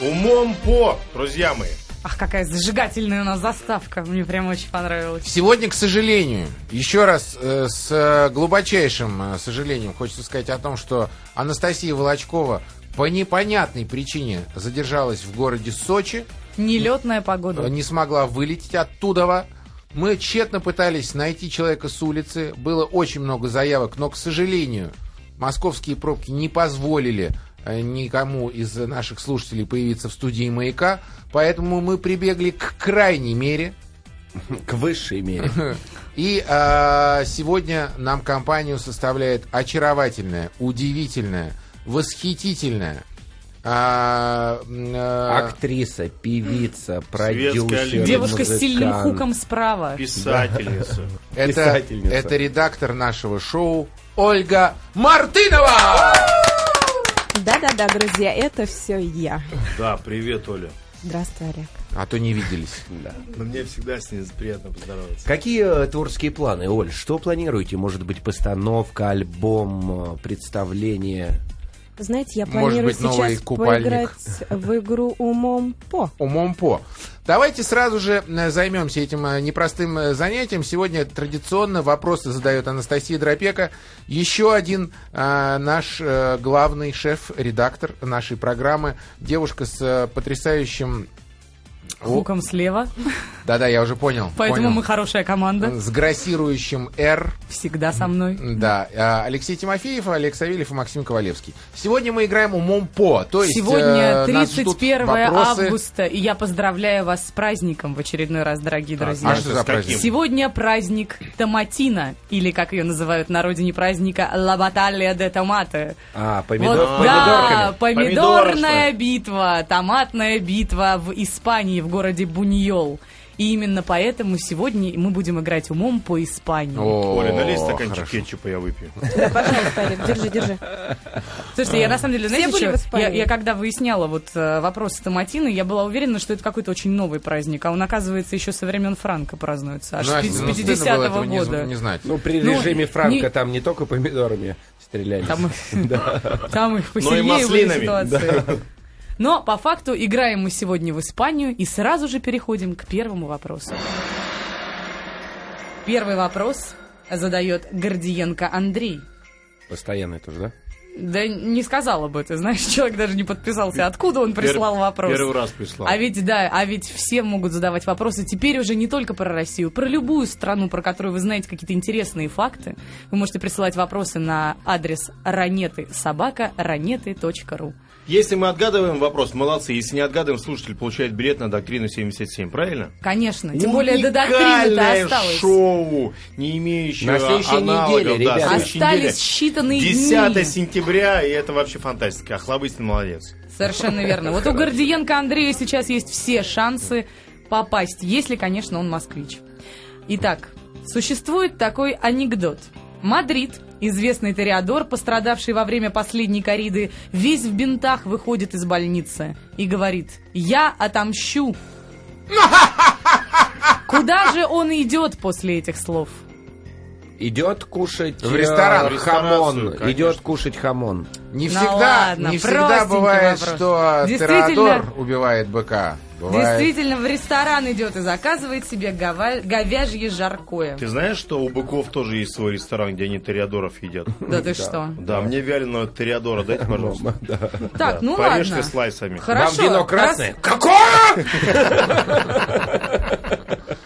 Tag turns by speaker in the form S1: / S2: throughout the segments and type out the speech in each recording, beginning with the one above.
S1: Умом по, друзья мои.
S2: Ах, какая зажигательная у нас заставка. Мне прям очень понравилось.
S3: Сегодня, к сожалению, еще раз э, с э, глубочайшим э, сожалением хочется сказать о том, что Анастасия Волочкова по непонятной причине задержалась в городе Сочи,
S2: Нелетная
S3: э,
S2: погода.
S3: не смогла вылететь оттуда. Мы тщетно пытались найти человека с улицы, было очень много заявок, но, к сожалению, московские пробки не позволили э, никому из наших слушателей появиться в студии «Маяка», поэтому мы прибегли к крайней мере –
S4: К высшей мере.
S3: И а, сегодня нам компанию составляет очаровательная, удивительная, восхитительная а, м, а,
S4: Актриса, певица,
S1: Олимпиада.
S4: продюсер,
S2: Девушка с
S4: музыкант.
S2: сильным хуком справа.
S1: Писательница.
S3: это,
S4: писательница.
S3: это редактор нашего шоу Ольга Мартынова!
S5: Да-да-да, друзья, это все я.
S1: Да, привет, Оля.
S5: Здравствуй, Олег.
S3: А то не виделись.
S4: Да.
S1: Но мне всегда с ней приятно поздороваться.
S4: Какие э, творческие планы, Оль? Что планируете? Может быть, постановка, альбом, э, представление?
S5: Вы знаете, я
S3: Может
S5: планирую
S3: быть, новый
S5: сейчас
S3: купальник.
S5: поиграть в игру умом по.
S3: Умом по. Давайте сразу же э, займемся этим э, непростым э, занятием. Сегодня традиционно вопросы задает Анастасия Дропека. Еще один э, наш э, главный шеф-редактор нашей программы. Девушка с э, потрясающим... О,
S2: Хуком слева.
S3: Да-да, я уже понял.
S2: Поэтому
S3: понял.
S2: мы хорошая команда.
S3: С грассирующим «Р».
S2: Всегда со мной.
S3: Да, э, Алексей Тимофеев, Олег Савельев и Максим Ковалевский. Сегодня мы играем умом по. То есть,
S2: Сегодня
S3: э, нас ждут
S2: 31
S3: вопросы.
S2: августа, и я поздравляю вас с праздником в очередной раз, дорогие друзья.
S3: А что за
S1: С каким?
S3: праздник?
S2: Сегодня праздник Томатина, или как ее называют на родине праздника Ла Баталия де Томате.
S4: А,
S2: Вот,
S4: помидор,
S2: да,
S4: помидорками?
S2: помидорная
S1: Помидорочная.
S2: битва, томатная битва в Испании, в городе Буньол. И именно поэтому сегодня мы будем играть умом по Испании.
S3: О,
S1: Оля, налей
S3: хорошо.
S1: стаканчик кетчупа, я выпью.
S5: Да, пожалуйста, Олег, держи, держи.
S2: Слушайте, я на самом деле,
S5: Все
S2: знаете,
S5: были
S2: чё?
S5: в Испании?
S2: я, я когда выясняла вот э, вопросы Томатины, я была уверена, что это какой-то очень новый праздник, а он, оказывается, еще со времен Франка празднуется, аж
S3: Настя,
S2: с
S3: ну, стыдно было
S2: 50-го
S3: этого не зн-
S2: года.
S3: не знать.
S4: Ну, при
S2: Ну,
S4: режиме Франка
S2: не-
S4: там не только помидорами стреляли.
S2: Там, их- там их посильнее были
S1: Ну маслинами,
S2: ситуации. Но по факту играем мы сегодня в Испанию и сразу же переходим к первому вопросу. Первый вопрос задает Гордиенко Андрей.
S4: Постоянно это же, да?
S2: Да не сказала бы, ты знаешь, человек даже не подписался, откуда он прислал
S1: Пер-
S2: вопрос.
S1: Первый раз прислал.
S2: А ведь, да, а ведь все могут задавать вопросы теперь уже не только про Россию, про любую страну, про которую вы знаете какие-то интересные факты. Вы можете присылать вопросы на адрес ранеты собака ранеты.ру.
S1: Если мы отгадываем вопрос, молодцы. Если не отгадываем, слушатель получает билет на доктрину 77, правильно?
S2: Конечно, А тем более до доктрины-то
S1: Уникальное
S2: осталось.
S1: шоу, не имеющее
S4: На следующей
S1: аналогов,
S4: неделе,
S1: да,
S4: ребята.
S1: следующей неделе.
S2: Остались считанные
S1: 10
S2: дни.
S1: сентября, и это вообще фантастика. Охлобыстин молодец.
S2: Совершенно верно. Вот у Гордиенко Андрея сейчас есть все шансы попасть, если, конечно, он москвич. Итак, существует такой анекдот. Мадрид, известный ториадор, пострадавший во время последней кориды, весь в бинтах выходит из больницы и говорит «Я отомщу». Куда же он идет после этих слов?
S4: Идет кушать
S3: В ресторан,
S4: э,
S1: в ресторацию,
S4: хамон.
S1: конечно.
S4: Идет кушать хамон.
S3: Не
S2: Ну
S3: всегда,
S2: ладно,
S3: не всегда
S2: простенький
S3: бывает,
S2: вопрос.
S3: что
S2: Действительно.
S3: Теодор убивает быка. Бывает.
S2: Действительно, в ресторан идет и заказывает себе гова- говяжье жаркое.
S1: Ты знаешь, что у быков тоже есть свой ресторан, где они ториадоров едят?
S2: Да ты что?
S1: Да, мне вяленого ториадора дайте, пожалуйста.
S2: Так, ну
S1: Порежьте
S2: ладно.
S1: слайсами.
S2: Хорошо.
S4: Вам вино
S2: раз-
S4: красное?
S3: Какое?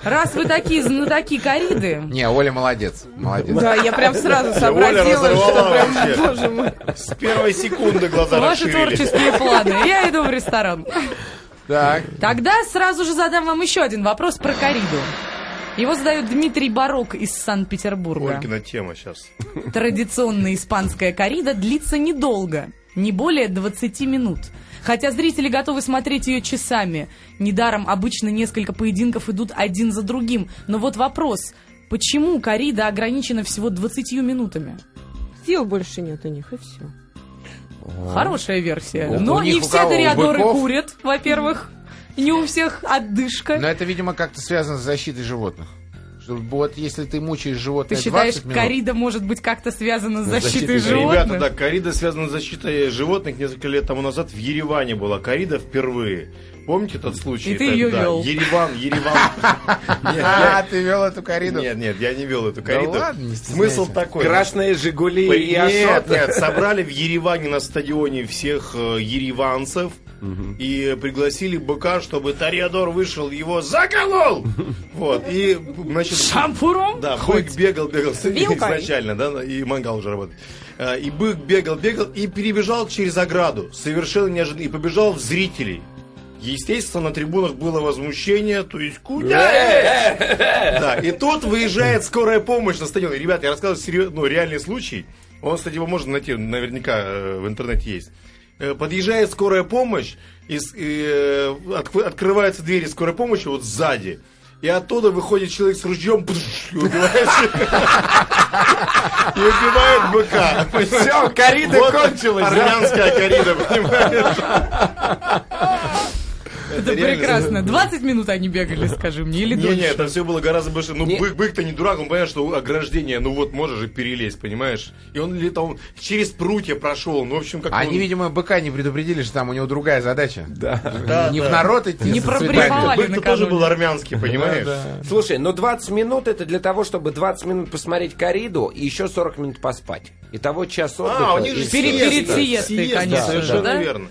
S2: Раз, вы такие знатоки кориды,
S3: Не, Оля молодец. Молодец.
S5: Да, я прям сразу
S1: Оля
S5: сообразила, что
S1: разорвала
S5: прям,
S1: вообще.
S5: боже мой.
S1: С первой секунды глаза
S2: ваши
S1: расширились.
S2: творческие планы. Я иду в ресторан.
S3: Так.
S2: Тогда сразу же задам вам еще один вопрос про кориду. Его задает Дмитрий Барок из Санкт-Петербурга.
S1: Олькина тема сейчас.
S2: Традиционная испанская корида длится недолго, не более 20 минут. Хотя зрители готовы смотреть ее часами. Недаром обычно несколько поединков идут один за другим. Но вот вопрос, почему корида ограничена всего 20 минутами?
S5: Сил больше нет у них, и все.
S2: Хорошая версия.
S3: У-
S2: Но
S3: у них
S2: не
S3: у
S2: все
S3: кого? У
S2: ториадоры
S3: быков?
S2: курят, во-первых. Не у всех отдышка.
S3: Но это, видимо, как-то связано с защитой животных. Что Вот если ты мучаешь
S2: Ты
S3: животное
S2: считаешь,
S3: 20 минут...
S2: корида может быть как-то связана с защитой
S4: защитой
S2: животных?
S1: Ребята, да, коррида связана с защитой животных. Несколько лет тому назад в Ереване была коррида впервые. Помните тот случай?
S2: И ты
S1: Это,
S2: её
S1: да,
S2: вёл.
S1: Ереван, Ереван. Нет,
S3: А,
S1: я-
S3: ты вел эту кориду?
S1: Нет, нет, я не вел эту
S3: Да
S1: корриду.
S3: ладно, не стесняйся.
S1: Смысл такой.
S4: Красные «Жигули»
S1: При-
S4: и
S1: Нет,
S4: «Ашот».
S1: нет, собрали в Ереване на стадионе всех э, ереванцев и пригласили быка, чтобы Тореадор вышел, его заколол! Вот, и, значит...
S2: Шампуром?
S1: Да, бык бегал, бегал
S5: Вилкой.
S1: изначально, да, и мангал уже работает. Э, И бык бегал, бегал и перебежал через ограду, совершенно неожиданно, и побежал в зрителей. Естественно, на трибунах было возмущение, то есть куда? это? Да, и тут выезжает скорая помощь на стадион. Ребята, я рассказываю серьез- ну, реальный случай. Он, кстати, его можно найти, наверняка э, в интернете есть. Э, Подъезжает скорая помощь, и с- и, э, отк- открываются двери скорой помощи вот сзади. И оттуда выходит человек с ружьем пш, и убивает, и убивает быка.
S4: Все, корида
S1: Вот
S4: кончилась.
S1: Армянская корида, понимаешь?
S2: Это
S1: реально-
S2: прекрасно. 20 минут они бегали, скажи мне, или
S1: Не,
S2: дольше?
S1: не, это все было гораздо больше. Ну,
S4: Не-
S1: бык, бык-то не дурак, он понимает, что ограждение, ну вот можешь же перелезть, понимаешь? И он летал, он через прутья прошел, ну, в общем, как
S3: Они,
S1: он-
S3: видимо, быка не предупредили, что там у него другая задача.
S1: Да,
S3: не
S1: да.
S3: в народ идти
S2: Не
S3: со
S2: пробревал.
S3: цветами.
S2: Бывали
S1: Бык-то тоже
S2: накануне.
S1: был армянский, понимаешь? А,
S3: Да,
S4: Слушай, ну 20 минут это для того, чтобы 20 минут посмотреть кориду и еще 40 минут поспать. Итого час отдыха.
S1: А, у них
S4: и
S1: же
S4: всё.
S2: Перед-
S1: сиеста.
S2: перед сиестой,
S1: Сиеста,
S2: конечно,
S1: Совершенно
S2: да?
S1: верно.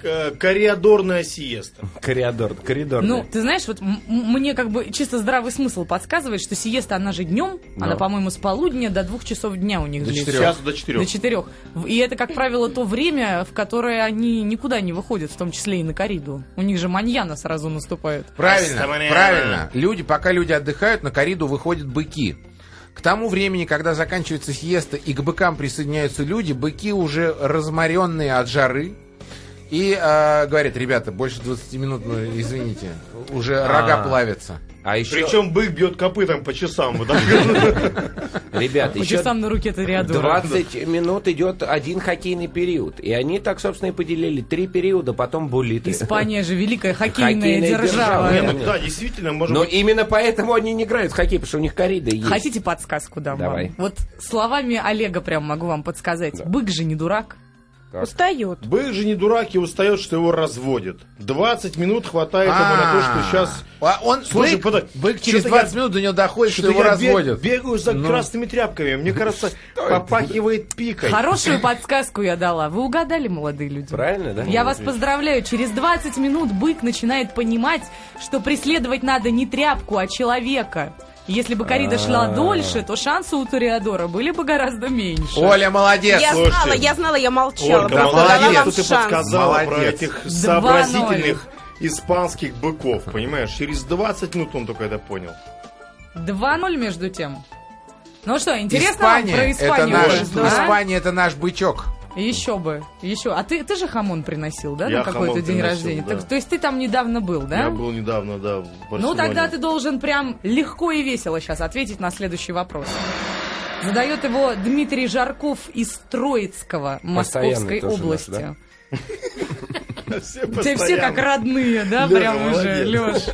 S1: К- Кориадорная сиеста.
S4: Коридор, коридор.
S2: Ну, ты знаешь, вот м- м- мне как бы чисто здравый смысл подсказывает, что сиеста, она же днем, она, по-моему, с полудня до двух часов дня у них
S3: До
S2: длится.
S3: Четырех.
S1: Сейчас до четырех.
S2: До четырех. В- И это, как правило, то время, в которое они никуда не выходят, в том числе и на кориду. У них же маньяна сразу наступает.
S3: Правильно,
S1: Астаманяна.
S3: правильно. Люди, пока люди отдыхают, на кориду выходят быки. К тому времени, когда заканчивается сиеста и к быкам присоединяются люди, быки уже разморенные от жары. И э, говорят, ребята, больше 20 минут, ну, извините, уже рога плавятся.
S4: А еще,
S1: Причем бык бьет копытом по часам. вот так.
S4: ребят,
S2: По
S4: еще
S2: часам на руке Тореадора.
S4: 20 минут идет один хоккейный период. И они так, собственно, и поделили. Три периода, потом булиты.
S2: Испания же великая хоккейная,
S4: Хоккейная
S2: держава.
S4: держава.
S1: Не, ну Да, действительно, может
S4: Но
S1: быть,
S4: именно поэтому они не играют в хоккей, потому что у них корида есть.
S2: Хотите подсказку дам
S4: Давай.
S2: вам? Вот словами Олега прям могу вам подсказать. Бык же не дурак.
S5: Устает.
S1: бык же не дурак и устает, что его разводят. 20 минут хватает ему на то, что сейчас...
S3: А он,
S1: Слушай,
S3: бык,
S1: подо-
S3: бык через
S1: что-то я-
S3: 20 минут до него доходит, что,
S1: Что-то
S3: его
S1: я бег-
S3: разводят.
S1: бегаю за красными тряпками. Мне кажется, попахивает пикой.
S2: Хорошую подсказку я дала. Вы угадали, молодые люди.
S4: Правильно, да?
S2: Я вас поздравляю. Через 20 минут бык начинает понимать, что преследовать надо не тряпку, а человека. Если бы Корида
S1: А.
S2: шла дольше, то шансы у Ториадора были бы гораздо меньше.
S3: Оля, молодец!
S5: Я
S1: слушайте.
S5: знала, я знала, я молчала.
S1: Э, Ольга,
S3: Да,
S5: просто дала
S1: молодец,
S5: вам
S1: что ты
S5: шанс.
S1: подсказала про
S3: Молодец.
S1: этих
S2: 2-0.
S1: сообразительных испанских быков, понимаешь? Через 20 минут он только это понял.
S2: 2-0 между тем. Ну что, интересно вам
S3: Испания,
S2: про
S3: это
S2: Испанию?
S3: наш,
S2: больше, да?
S3: Испания это наш бычок.
S2: Еще бы, еще. А ты, ты же хамон приносил, да,
S1: Я
S2: на какой-то
S1: хамон
S2: день
S1: приносил,
S2: рождения?
S1: да.
S2: Так, то есть ты там недавно был, да?
S1: Я был недавно, да, в
S2: Ну
S1: Барселоне.
S2: тогда ты должен прям легко и весело сейчас ответить на следующий вопрос. Задает его Дмитрий Жарков из Троицкого Московской
S4: Постоянный тоже
S2: области.
S4: наш,
S1: Все
S2: Тебя все
S1: постоянно.
S2: как родные, да,
S1: Лёша,
S2: прям уже, Леш.
S1: молодец.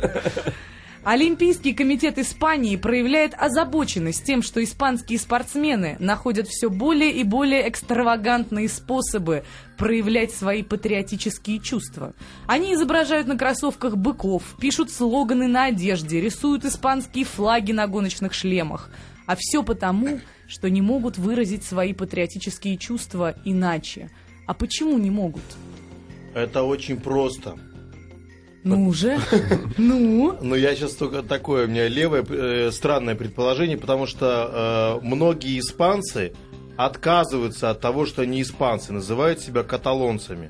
S2: Олимпийский комитет Испании проявляет озабоченность тем, что испанские спортсмены находят все более и более экстравагантные способы проявлять свои патриотические чувства. Они изображают на кроссовках быков, пишут слоганы на одежде, рисуют испанские флаги на гоночных шлемах. А все потому, что не могут выразить свои патриотические чувства иначе. А почему не могут?
S1: Это очень просто.
S2: Ну уже, ну.
S1: Но я сейчас только такое, у меня левое э, странное предположение, потому что э, многие испанцы отказываются от того, что они испанцы, называют себя каталонцами.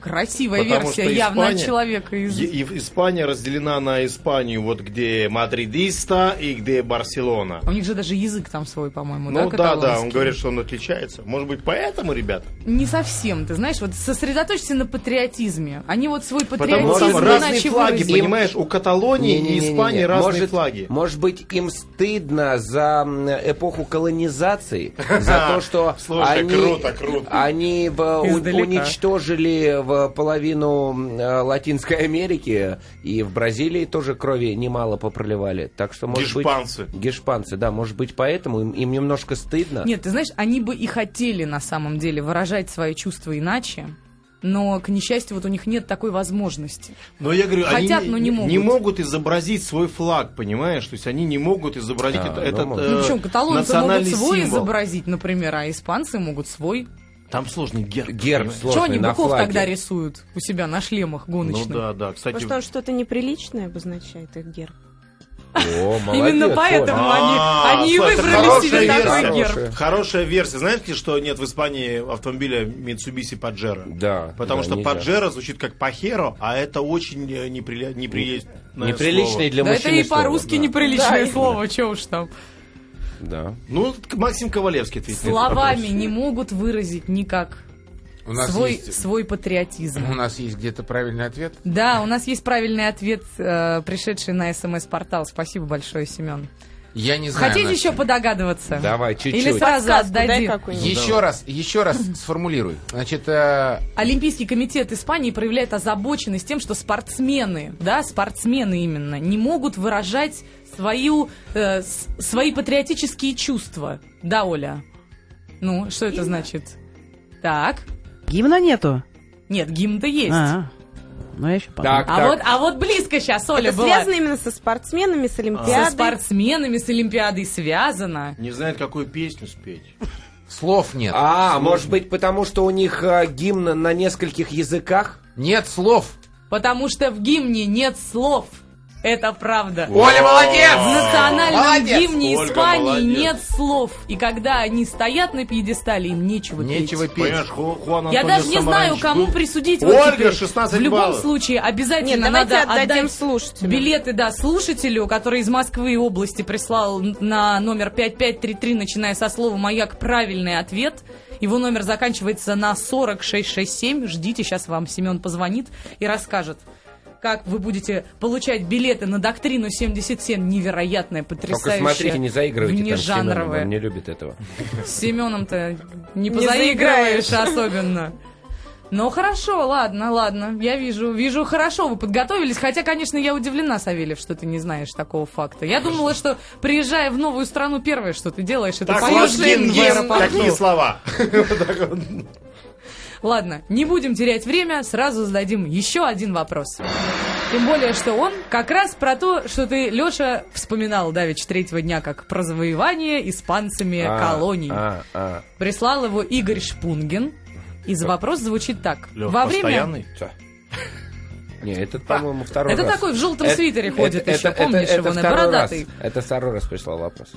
S2: Красивая
S1: Потому
S2: версия,
S1: что
S2: явно от
S1: Испания-
S2: человека из...
S1: Е- и в- Испания разделена на Испанию, вот где Мадридиста и где Барселона.
S2: А У них же даже язык там свой, по-моему,
S1: Ну да, да, он
S2: каталонский?
S1: говорит, что он отличается. Может быть, поэтому, ребята?
S2: Не совсем, ты знаешь, вот сосредоточься на патриотизме. Они вот свой патриотизм
S1: Потому что
S4: Может,
S1: разные
S2: иначе
S1: флаги,
S2: выразили.
S1: понимаешь, у Каталонии и
S4: Не-не-не-не-не.
S1: Испании разные
S4: может,
S1: флаги.
S4: Может быть, им стыдно за м, эпоху колонизации, за то, что
S1: Слушай,
S4: они,
S1: круто, круто.
S4: они в- у-
S2: Издалека.
S4: уничтожили в в половину э, Латинской Америки, и в Бразилии тоже крови немало попроливали. Так что, может
S1: Гешпанцы.
S4: быть... Гешпанцы. да, может быть, поэтому им, им немножко стыдно.
S2: Нет, ты знаешь, они бы и хотели на самом деле выражать свои чувства иначе, но, к несчастью, вот у них нет такой возможности.
S1: Но я говорю,
S2: Хотят,
S1: они
S2: но не могут.
S1: не могут изобразить свой флаг, понимаешь? То есть они не могут изобразить
S4: Да,
S1: это-
S4: да,
S1: этот,
S4: могут.
S1: э,
S2: Ну, причем каталонцы могут
S1: национальный
S2: свой
S1: символ.
S2: изобразить, например, а испанцы могут свой.
S1: Там сложный герб.
S4: Герб
S1: понимаешь?
S4: сложный
S2: Чего они
S4: на
S2: быков
S4: флаге.
S2: тогда рисуют у себя на шлемах
S1: Ну
S2: гоночных?
S1: да, да. Кстати,
S5: Потому что что-то неприличное обозначает их герб.
S4: О, молодец,
S2: Именно
S4: Оля.
S2: поэтому Ну, они,
S1: А,
S2: они и
S1: слушай,
S2: выбрали
S1: хорошая
S2: себе такой
S1: версия.
S2: герб.
S4: Хорошая.
S1: хорошая версия. Знаете, что нет в Испании автомобиля Mitsubishi Pajero?
S4: Да.
S1: Потому
S4: да,
S1: что
S4: нельзя.
S1: Pajero звучит как Пахеро, а это очень э, неприля... неприличное
S4: Неприличный для
S2: Да это
S4: мужчины
S2: и
S4: слово,
S2: по-русски
S4: да.
S2: неприличное слово, чего уж там.
S4: Да.
S1: Ну, к- Максим Ковалевский ответил.
S2: Словами не могут выразить никак
S3: У нас,
S2: свой,
S3: есть,
S2: свой патриотизм.
S3: у нас есть где-то правильный ответ.
S2: Да, у нас есть правильный ответ, э, пришедший на СМС-портал. Спасибо большое, Семен.
S3: Я не знаю.
S2: Хотите
S3: Настя.
S2: еще подогадываться?
S4: Давай, чуть-чуть.
S2: Или сразу
S5: Подсказку дай
S2: отдадим.
S5: какую-нибудь.
S3: Еще раз, еще раз сформулируй. Значит, э,
S2: Олимпийский комитет Испании проявляет озабоченность тем, что спортсмены, да, спортсмены именно, не могут выражать свою, э, с- свои патриотические чувства. Да, Оля? Ну, что это значит? Так.
S6: Гимна нету?
S2: Нет, гимн-то есть.
S6: А, ну я еще
S4: Так,
S2: А,
S4: так.
S2: вот, а вот близко сейчас Оля
S5: Это
S2: была.
S5: связано именно со спортсменами, с
S2: Со
S5: Олимпиадой.
S2: спортсменами, с Олимпиадой связано.
S1: Не знает, какую песню спеть.
S3: слов нет.
S4: А, может быть, потому что у них а, гимн на нескольких языках?
S3: Нет слов.
S2: Потому что в гимне нет слов. Это правда.
S3: Оля,
S2: В
S3: молодец!
S2: национальном
S3: Молодец!
S2: гимне
S1: Ольга,
S2: Испании
S1: молодец.
S2: нет слов. И когда они стоят на пьедестале, им нечего петь.
S3: Нечего петь.
S1: Понимаешь, Ху- Хуан
S2: Я
S1: Антонио
S2: даже не знаю,
S1: Самаранч
S2: кому
S1: был-
S2: присудить вот
S1: Ольга,
S2: теперь.
S1: 16
S2: В любом
S1: баллов.
S2: случае,
S5: Нет,
S2: обязательно
S5: давайте
S2: надо
S5: отдадим
S2: отдать
S5: слушателям.
S2: билеты, да, слушателю, который из Москвы и области прислал на номер 5533, начиная со слова «Маяк» правильный ответ. Его номер заканчивается на 4667. Ждите, сейчас вам Семен позвонит и расскажет. Как вы будете получать билеты на доктрину 77? Невероятная,
S4: Только
S2: потрясающая.
S4: смотрите, не заигрывайте там с Семеном,
S2: внежанровая.
S4: он не любит этого.
S2: С Семеном-то не
S5: Не
S2: позаигрываешь
S5: заиграешь.
S2: особенно. Ну хорошо, ладно, ладно. Я вижу, вижу, хорошо, вы подготовились. Хотя, конечно, я удивлена, Савельев, что ты не знаешь такого факта. Я думала, что приезжая в новую страну, первое, что ты делаешь, это
S1: Так,
S2: поешь
S1: вот, гимн,
S2: гимн в
S1: гимн,
S2: аэропорту.
S1: какие слова?
S2: Ладно, не будем терять время, сразу зададим еще один вопрос. Тем более, что он как раз про то, что ты, Леша, вспоминал Давич третьего дня, как про завоевание испанцами
S4: А,
S2: колоний.
S4: а, а.
S2: Прислал его Игорь Шпунгин. И за вопрос звучит так.
S1: Лёх,
S2: Во время...
S1: постоянный?
S4: Всё. Не, это, по-моему, второй
S2: А, Это
S4: раз.
S2: такой в желтом свитере ходит еще,
S4: Э, это-
S2: помнишь
S4: это
S2: его, на
S4: второй раз.
S2: бородатый.
S4: Это второй раз прислал вопрос.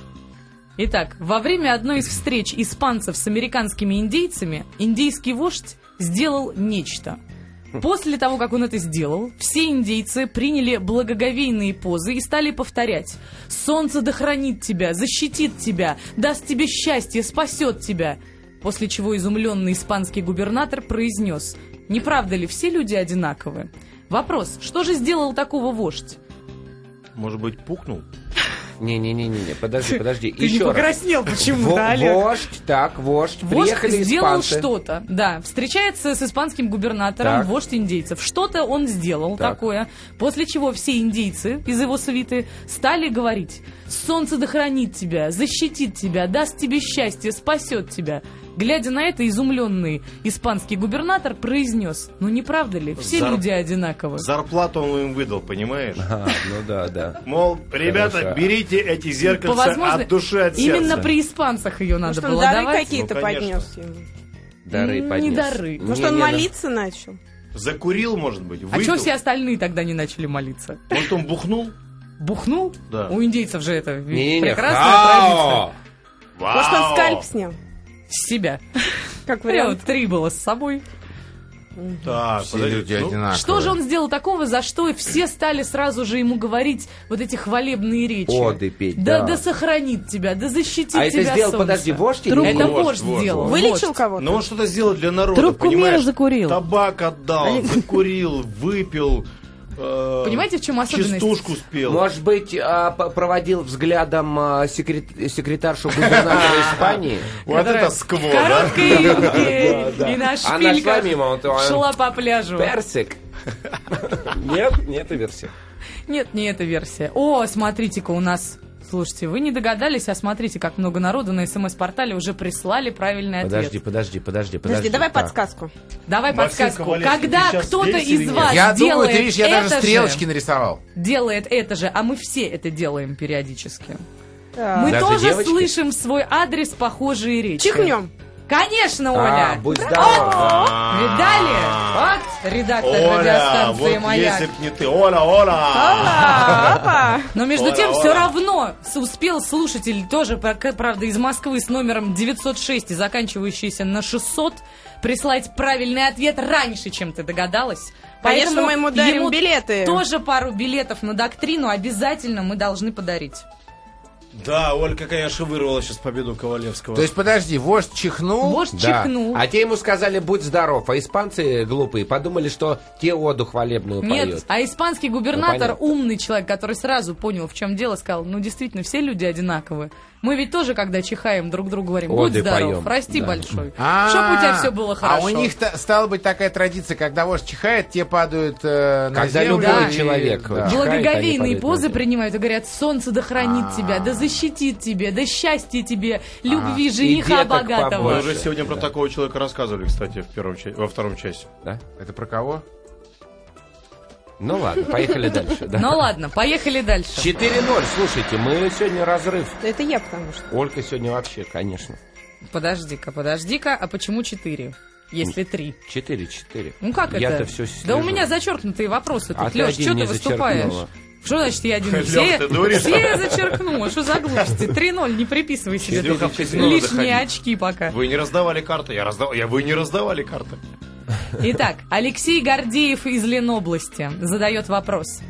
S2: Итак, во время одной из встреч испанцев с американскими индейцами индейский вождь сделал нечто. После того, как он это сделал, все индейцы приняли благоговейные позы и стали повторять «Солнце дохранит тебя, защитит тебя, даст тебе счастье, спасет тебя». После чего изумленный испанский губернатор произнес «Не правда ли все люди одинаковы?» Вопрос, что же сделал такого вождь?
S1: Может быть, пукнул?
S4: Не-не-не-не, подожди, подожди.
S2: Ты не
S4: еще раз.
S2: покраснел
S4: Во-
S2: почему-то, Олег?
S4: Вождь, так, вождь.
S2: Вождь
S4: Приехали
S2: сделал
S4: испанцы.
S2: что-то, да. Встречается с испанским губернатором,
S4: Так.
S2: вождь индейцев. Что-то он сделал
S4: Так.
S2: такое, после чего все индейцы из его свиты стали говорить «Солнце дохранит тебя, защитит тебя, даст тебе счастье, спасет тебя». Глядя на это, изумленный испанский губернатор произнес «Ну не правда ли, все
S1: Зар-
S2: люди одинаковы».
S1: Зарплату он им выдал, понимаешь?
S4: А, ну да, да.
S1: Мол, ребята,
S4: Хорошо.
S1: берите эти зеркальца
S2: возможно-
S1: от души, от сердца.
S2: Именно при испанцах ее надо
S5: Может, он
S2: было
S5: дары
S2: давать.
S5: какие-то
S1: Ну, конечно.
S5: поднес ему.
S4: Дары
S2: Не
S4: поднес.
S2: дары.
S5: Может,
S4: Не,
S5: он
S4: не, да.
S5: молиться начал?
S1: Закурил, может быть,
S2: А
S1: выпил.
S2: чего все остальные тогда не начали молиться?
S1: Может, он бухнул?
S2: Бухнул?
S1: Да.
S2: У индейцев же это
S4: Не-не-не.
S2: прекрасная традиция.
S4: Хао!
S1: Вау!
S5: Может, он скальп снял?
S2: С себя.
S5: Как
S2: Прям
S5: вариант.
S2: три было с собой.
S1: Так,
S3: Все
S1: подожди,
S3: люди
S1: ну,
S4: А,
S3: одинаковые.
S2: Что же он сделал такого, за что все стали сразу же ему говорить вот эти хвалебные речи?
S4: Оды петь,
S2: Да,
S4: да.
S2: да, сохранит тебя, да защитит
S4: А это
S2: тебя
S4: сделал,
S2: солнце.
S4: подожди, вождь или
S2: Это
S4: нет?
S1: Вождь,
S2: вождь
S1: вождь,
S2: сделал.
S1: вождь.
S5: Вылечил
S2: Вождь.
S5: кого-то?
S1: Но ну, он что-то сделал для народа,
S6: Трубку мира
S1: понимаешь?
S6: закурил.
S1: Табак отдал,
S6: Олег-
S1: закурил, выпил, э,
S2: Понимаете, в чем особенность?
S1: Частушку спел.
S4: Может быть, а, п- проводил взглядом а, секрет- секретаршу губернатора Испании?
S1: Вот
S2: Которая
S1: это скво,
S2: В
S1: да?
S2: короткой юбке и на
S4: Она шла
S2: шпильках
S4: мимо, а он то-
S2: шла по пляжу.
S4: Персик. Нет, не эта версия.
S2: Нет, не эта версия. О, смотрите-ка, у нас... Слушайте, вы не догадались, а смотрите, как много народу на СМС-портале уже прислали правильный
S4: Подожди,
S2: ответ.
S4: подожди, подожди, подожди.
S5: Подожди, давай
S4: Так.
S5: подсказку.
S2: Давай
S1: Максим
S2: подсказку.
S1: Ковалевский,
S2: Когда
S1: ты сейчас
S2: кто-то
S1: здесь или
S2: из
S1: нет?
S2: вас
S3: Я думаю,
S2: делает
S3: ты видишь, я даже
S2: это же,
S3: стрелочки нарисовал.
S2: делает это же, а мы все это делаем периодически.
S5: Так.
S2: Мы
S4: Даже
S2: тоже
S4: девочки?
S2: слышим в свой адрес похожие речи.
S5: Чихнем.
S2: Конечно,
S4: А,
S2: Оля!
S4: будь здоров.
S2: Видали? Факт, редактор
S1: А. Оля,
S2: радиостанции
S1: вот
S2: «Маяк».
S1: если б не ты. Оля, Оля!
S5: Опа!
S2: Но между
S1: Оля,
S2: тем,
S1: Оля.
S2: все равно с- успел слушатель тоже, пока- правда, из Москвы с номером 906 и заканчивающийся на 600 прислать правильный ответ раньше, чем ты догадалась.
S5: Конечно,
S2: Поэтому
S5: мы ему дарим билеты.
S2: Тоже пару билетов на доктрину обязательно мы должны подарить.
S1: Да, Олька, конечно, вырвала сейчас победу Ковалевского.
S3: То есть, подожди, вождь чихнул.
S2: Вождь
S4: Да.
S2: чихнул.
S4: А те ему сказали, будь здоров. А испанцы глупые подумали, что те оду хвалебную
S2: Нет,
S4: поют.
S2: а испанский губернатор,
S4: Ну, понятно.
S2: умный человек, который сразу понял, в чем дело, сказал, ну действительно, все люди одинаковы. Мы ведь тоже, когда чихаем, друг другу говорим,
S4: Оды
S2: будь здоров,
S4: поем».
S2: прости
S4: Да.
S2: большой.
S3: А,
S2: Чтоб у тебя все было хорошо.
S3: А у них та- стала быть такая традиция, когда вождь чихает, те падают э, на
S4: Когда
S3: землю.
S2: любой
S3: и-
S4: человек,
S3: да.
S4: чихает, они А.
S2: Благоговейные
S4: падают на
S2: позы
S4: землю.
S2: принимают и говорят, солнце да хранит тебя, да защитит тебя, да счастье тебе,
S4: А.
S2: любви жениха
S4: деток
S1: Мы
S2: богатого.
S4: побольше.
S1: уже сегодня про
S4: Да.
S1: такого человека рассказывали, кстати, в первом ча- во втором часе.
S4: Да?
S3: Это про кого?
S4: Ну ладно, поехали дальше. да.
S2: Ну ладно, поехали дальше.
S4: 4-0, слушайте, мы сегодня разрыв.
S5: Это я, потому что.
S4: Ольга сегодня вообще, конечно.
S2: Подожди-ка, подожди-ка, а почему четыре? Если три.
S4: 4-4.
S2: Ну как это?
S4: Я-то все
S2: Да у меня зачеркнутые вопросы
S4: А
S2: тут.
S4: ты
S2: Леш,
S4: один
S2: что
S4: не
S2: ты выступаешь?
S4: зачеркнула.
S2: Что значит я один?
S1: Лёш,
S2: Все,
S1: ты дуришь?
S2: все я зачеркнула. Что за глупости? 3-0, не приписывай себе
S1: Серёга,
S2: ты
S1: в казино
S2: лишние
S1: заходи.
S2: очки пока.
S1: Вы не раздавали карты, я раздавал. Я вы не раздавали карты.
S2: Итак, Алексей Гордеев из Ленобласти задает вопрос.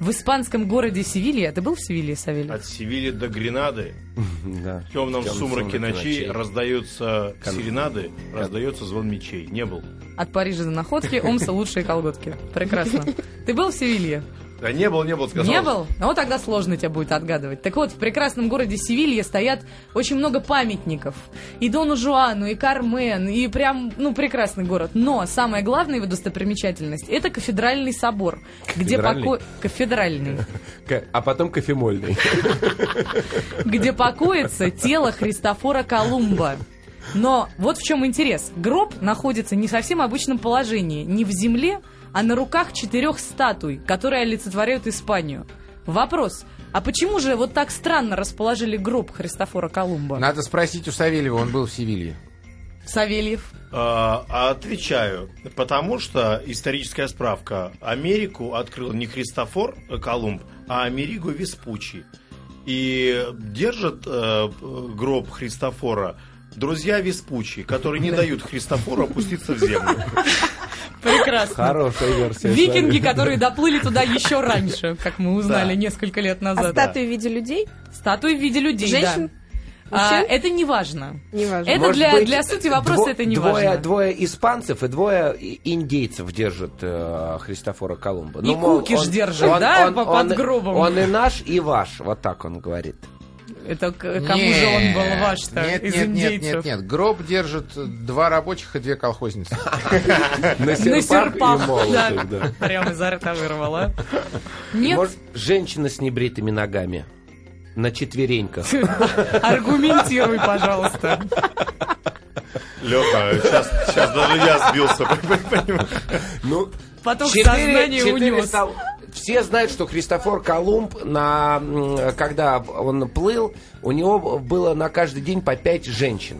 S2: В испанском городе Севилья, ты был в Севилье, Савелий?
S1: От Севили до Гренады
S4: Да.
S1: в темном сумраке ночи раздаются
S4: Кон-
S1: серенады, раздается звон мечей. Не был.
S2: От Парижа до находки, Омса лучшие колготки. Прекрасно. Ты был в Севилье?
S1: Да не был, не был, сказал.
S2: Не был? Ну, тогда сложно тебя будет отгадывать. Так вот, в прекрасном городе Севилье стоят очень много памятников. И Дону Жуану, и Кармен, и прям, ну, прекрасный город. Но самая главная его достопримечательность – это кафедральный собор. Где
S4: Кафедральный?
S2: поко... Кафедральный.
S4: А потом кофемольный.
S2: где покоится тело Христофора Колумба. Но вот в чем интерес. Гроб находится не в совсем обычном положении, не в земле, а на руках четырех статуй, которые олицетворяют Испанию. Вопрос, а почему же вот так странно расположили гроб Христофора Колумба?
S3: Надо спросить у Савельева, он был в Севилье.
S2: Савельев.
S1: А, а Отвечаю, потому что историческая справка. Америку открыл не Христофор Колумб, а Америго Веспуччи. И держат э, гроб Христофора друзья Веспуччи, которые не дают Христофору опуститься в землю.
S2: Прекрасно.
S4: Хорошая версия.
S2: Викинги, которые доплыли туда еще раньше, как мы узнали
S1: Да.
S2: несколько лет
S5: А
S2: назад.
S5: статуи в виде людей?
S2: Статуи в виде людей, Ну, да.
S5: Женщин?
S2: А,
S5: Мужчин?
S2: это не важно.
S5: Неважно.
S2: Это для- для сути вопроса это не
S4: двое,
S2: важно.
S4: Двое испанцев и двое и- индейцев держат э, Христофора Колумба. Ну,
S2: И кукиш держит, да, по- под
S4: он-
S2: гробом?
S4: Он и наш, и ваш, вот так он говорит.
S2: Это к- кому же он был ваш-то
S3: Нет,
S2: из
S3: нет, нет,
S2: индейцев?
S3: нет, нет. Гроб держит э, два рабочих и две колхозницы.
S4: На
S2: На серпах,
S4: и молотых,
S2: да.
S4: да.
S2: Прям изо рта вырвала.
S4: И,
S2: Нет,
S4: Может, женщина с небритыми ногами на четвереньках.
S2: аргументируй, пожалуйста.
S1: Леха, сейчас, сейчас даже я сбился.
S4: Ну,
S2: Потом
S4: четыре-
S2: сознание
S4: четыре
S2: унес.
S4: стол- Все знают, что Христофор Колумб, на, м, когда он плыл, у него было на каждый день по пять женщин.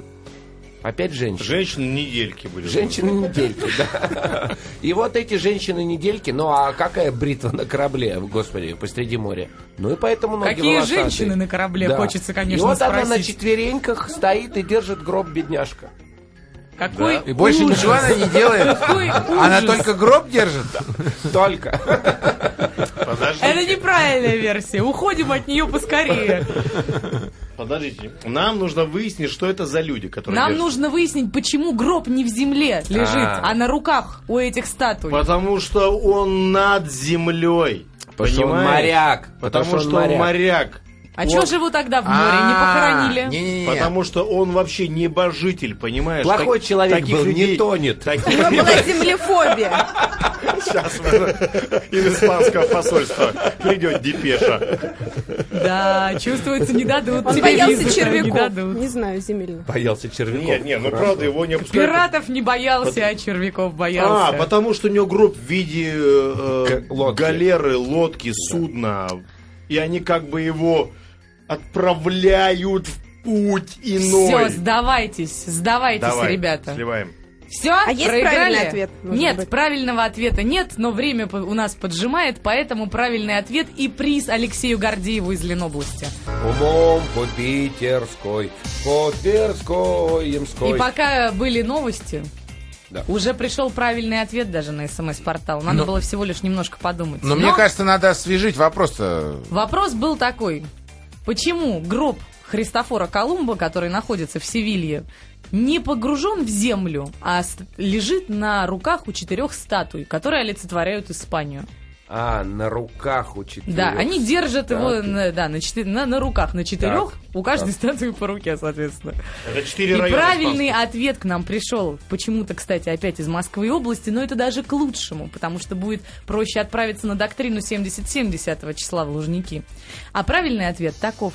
S4: По пять женщин.
S1: Женщины недельки были.
S4: Женщины-недельки, да. И вот эти женщины-недельки, ну а какая бритва на корабле, господи, посреди моря? Ну и поэтому ноги
S2: Какие
S4: волосатые.
S2: женщины на корабле, хочется, конечно,
S4: И вот она на
S2: спросить.
S4: четвереньках стоит и держит гроб бедняжка.
S2: Какой
S3: И больше
S2: ужас.
S3: ничего она не делает.
S2: Какой
S3: Она
S2: ужас.
S3: только гроб держит.
S4: Только.
S1: Подождите.
S2: Это неправильная версия. Уходим от нее поскорее.
S1: Подождите. Нам нужно выяснить, что это за люди, которые...
S2: Нам
S1: держат.
S2: нужно выяснить, почему гроб не в земле лежит,
S4: А.
S2: а на руках у этих статуй.
S1: Потому что он над землей.
S4: Потому что он
S1: понимаешь?
S4: моряк.
S1: Потому, что,
S4: он
S1: он
S4: моряк.
S1: моряк.
S2: А чего же его тогда в море не похоронили?
S3: А, Не-не-не.
S1: Потому что он вообще небожитель, понимаешь?
S4: Плохой человек
S1: таких
S4: был, не
S1: людей-
S4: тонет.
S1: Таких
S5: У него была землефобия.
S1: сейчас из испанского посольства придет депеша.
S2: Да, чувствуется, не дадут.
S5: Он
S2: тебе
S5: боялся
S2: визы, Не
S5: червяков.
S2: дадут.
S5: Не знаю, земельных.
S4: Боялся червяков.
S1: Нет, нет, ну правда его не опускают.
S2: Пиратов не боялся, а червяков
S1: А,
S2: боялся.
S1: потому что у него гроб в виде э,
S4: К- лодки.
S1: галеры, лодки, судна. И они как бы его отправляют в путь
S2: Все,
S1: иной.
S2: сдавайтесь, сдавайтесь,
S1: ну Давай,
S2: ребята.
S1: сливаем.
S2: Все,
S5: А есть правильный ответ? Может
S2: Нет,
S5: быть.
S2: правильного ответа нет, но время по- у нас поджимает, поэтому правильный ответ и приз Алексею Гордееву из Ленобласти.
S1: ну-
S4: Умом под Питерской, под Перской, Ямской.
S2: И пока были новости,
S4: Да.
S2: уже пришел правильный ответ даже на СМС-портал. Надо было всего лишь немножко подумать.
S3: Но мне кажется, надо освежить вопрос-то.
S2: Вопрос был такой. Почему гроб Христофора Колумба, который находится в Севилье, не погружен в землю, а с- лежит на руках у четырех статуй, которые олицетворяют Испанию?
S4: А, на руках у четырех.
S2: Да, они держат его
S4: статуй.
S2: на, да, на, четы- на, на руках, на четырех, у каждой статуи по руке, соответственно.
S1: Это
S2: И
S1: четыре района.
S2: правильный ответ к нам пришел, почему-то, кстати, опять из Москвы и области, но это даже к лучшему, потому что будет проще отправиться на доктрину 70-70 числа в Лужники. А правильный ответ таков.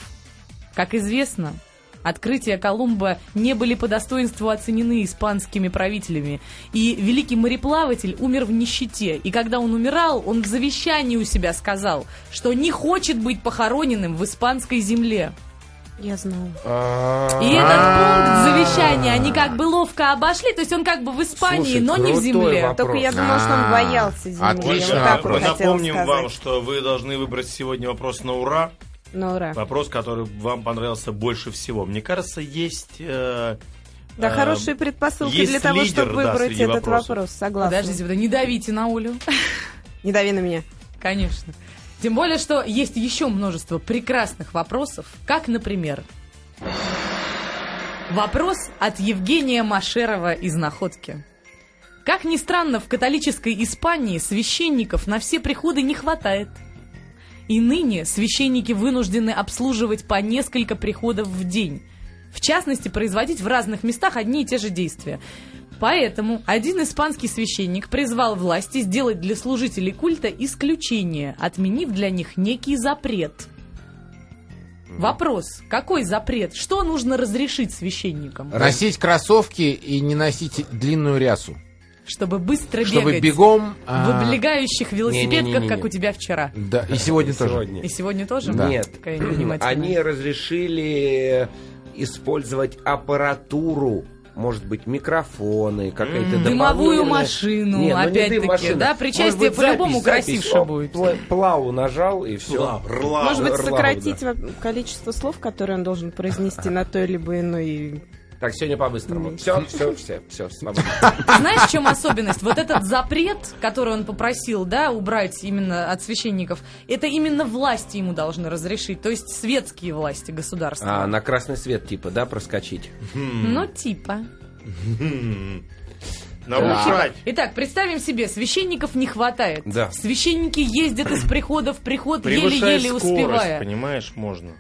S2: Как известно, открытия Колумба не были по достоинству оценены испанскими правителями. И великий мореплаватель умер в нищете. И когда он умирал, он в завещании у себя сказал, что не хочет быть похороненным в испанской земле.
S5: Я знала.
S4: А.
S2: И этот пункт завещания они как бы ловко обошли, то есть он как бы в Испании,
S4: Слушай,
S2: но не в
S4: крутой
S2: земле.
S4: вопрос.
S5: Только я думала, что
S3: А,
S5: он боялся земли.
S3: отлично.
S5: Я вот так вот
S1: Мы
S5: хотела
S1: напомним
S5: сказать.
S1: вам, что вы должны выбрать сегодня вопрос на ура.
S5: Ну, ура.
S1: Вопрос, который вам понравился больше всего. Мне кажется, есть... э,
S5: Да,
S1: э,
S5: хорошие предпосылки
S1: есть
S5: для того,
S1: лидер,
S5: чтобы
S1: да,
S5: выбрать
S1: среди
S5: этот
S1: вопросов.
S5: вопрос. Согласна.
S2: Подождите, вы не давите на Олю.
S5: Не дави на меня.
S2: Конечно. Тем более, что есть еще множество прекрасных вопросов, как, например, вопрос от Евгения Машерова из Находки. Как ни странно, в католической Испании священников на все приходы не хватает. И ныне священники вынуждены обслуживать по несколько приходов в день. В частности, производить в разных местах одни и те же действия. Поэтому один испанский священник призвал власти сделать для служителей культа исключение, отменив для них некий запрет. Вопрос. Какой запрет? Что нужно разрешить священникам,
S3: Носить кроссовки и не носить длинную рясу.
S2: чтобы быстро
S3: Чтобы
S2: бегать
S3: бегом... а,
S2: в облегающих велосипедках,
S4: Не-не-не-не-не.
S2: как у тебя вчера?
S3: Да, и сегодня тоже.
S4: Сегодня.
S2: И сегодня тоже?
S3: Да.
S4: Нет,
S2: Такая невнимательная.
S4: они разрешили использовать аппаратуру, может быть, микрофоны, какая-то
S2: Дымовую
S4: дополнительная-
S2: машину,
S4: Не, ну не
S2: опять-таки,
S4: дым-машина.
S2: да,
S4: Может
S2: причастие
S4: быть,
S2: по-любому
S4: запись, запись.
S2: красивше
S4: О,
S2: будет.
S4: пла- Плаву нажал и все.
S1: Ла- ла-
S5: Может быть,
S4: Орлова,
S5: сократить во- количество слов, которые он должен произнести на той либо иной...
S4: Так, сегодня по-быстрому. Все, все, все, все, свободно.
S2: Знаешь, в чем особенность? Вот этот запрет, который он попросил, да, убрать именно от священников, это именно власти ему должны разрешить, то есть светские власти государства.
S4: А, на красный свет, типа, да, проскочить.
S1: хм,
S2: Ну, типа.
S1: нарушать.
S2: Итак, представим себе, священников не хватает.
S4: Да.
S2: Священники ездят из прихода в приход,
S1: Превышая
S2: еле-еле
S1: скорость,
S2: успевая.
S1: понимаешь, можно.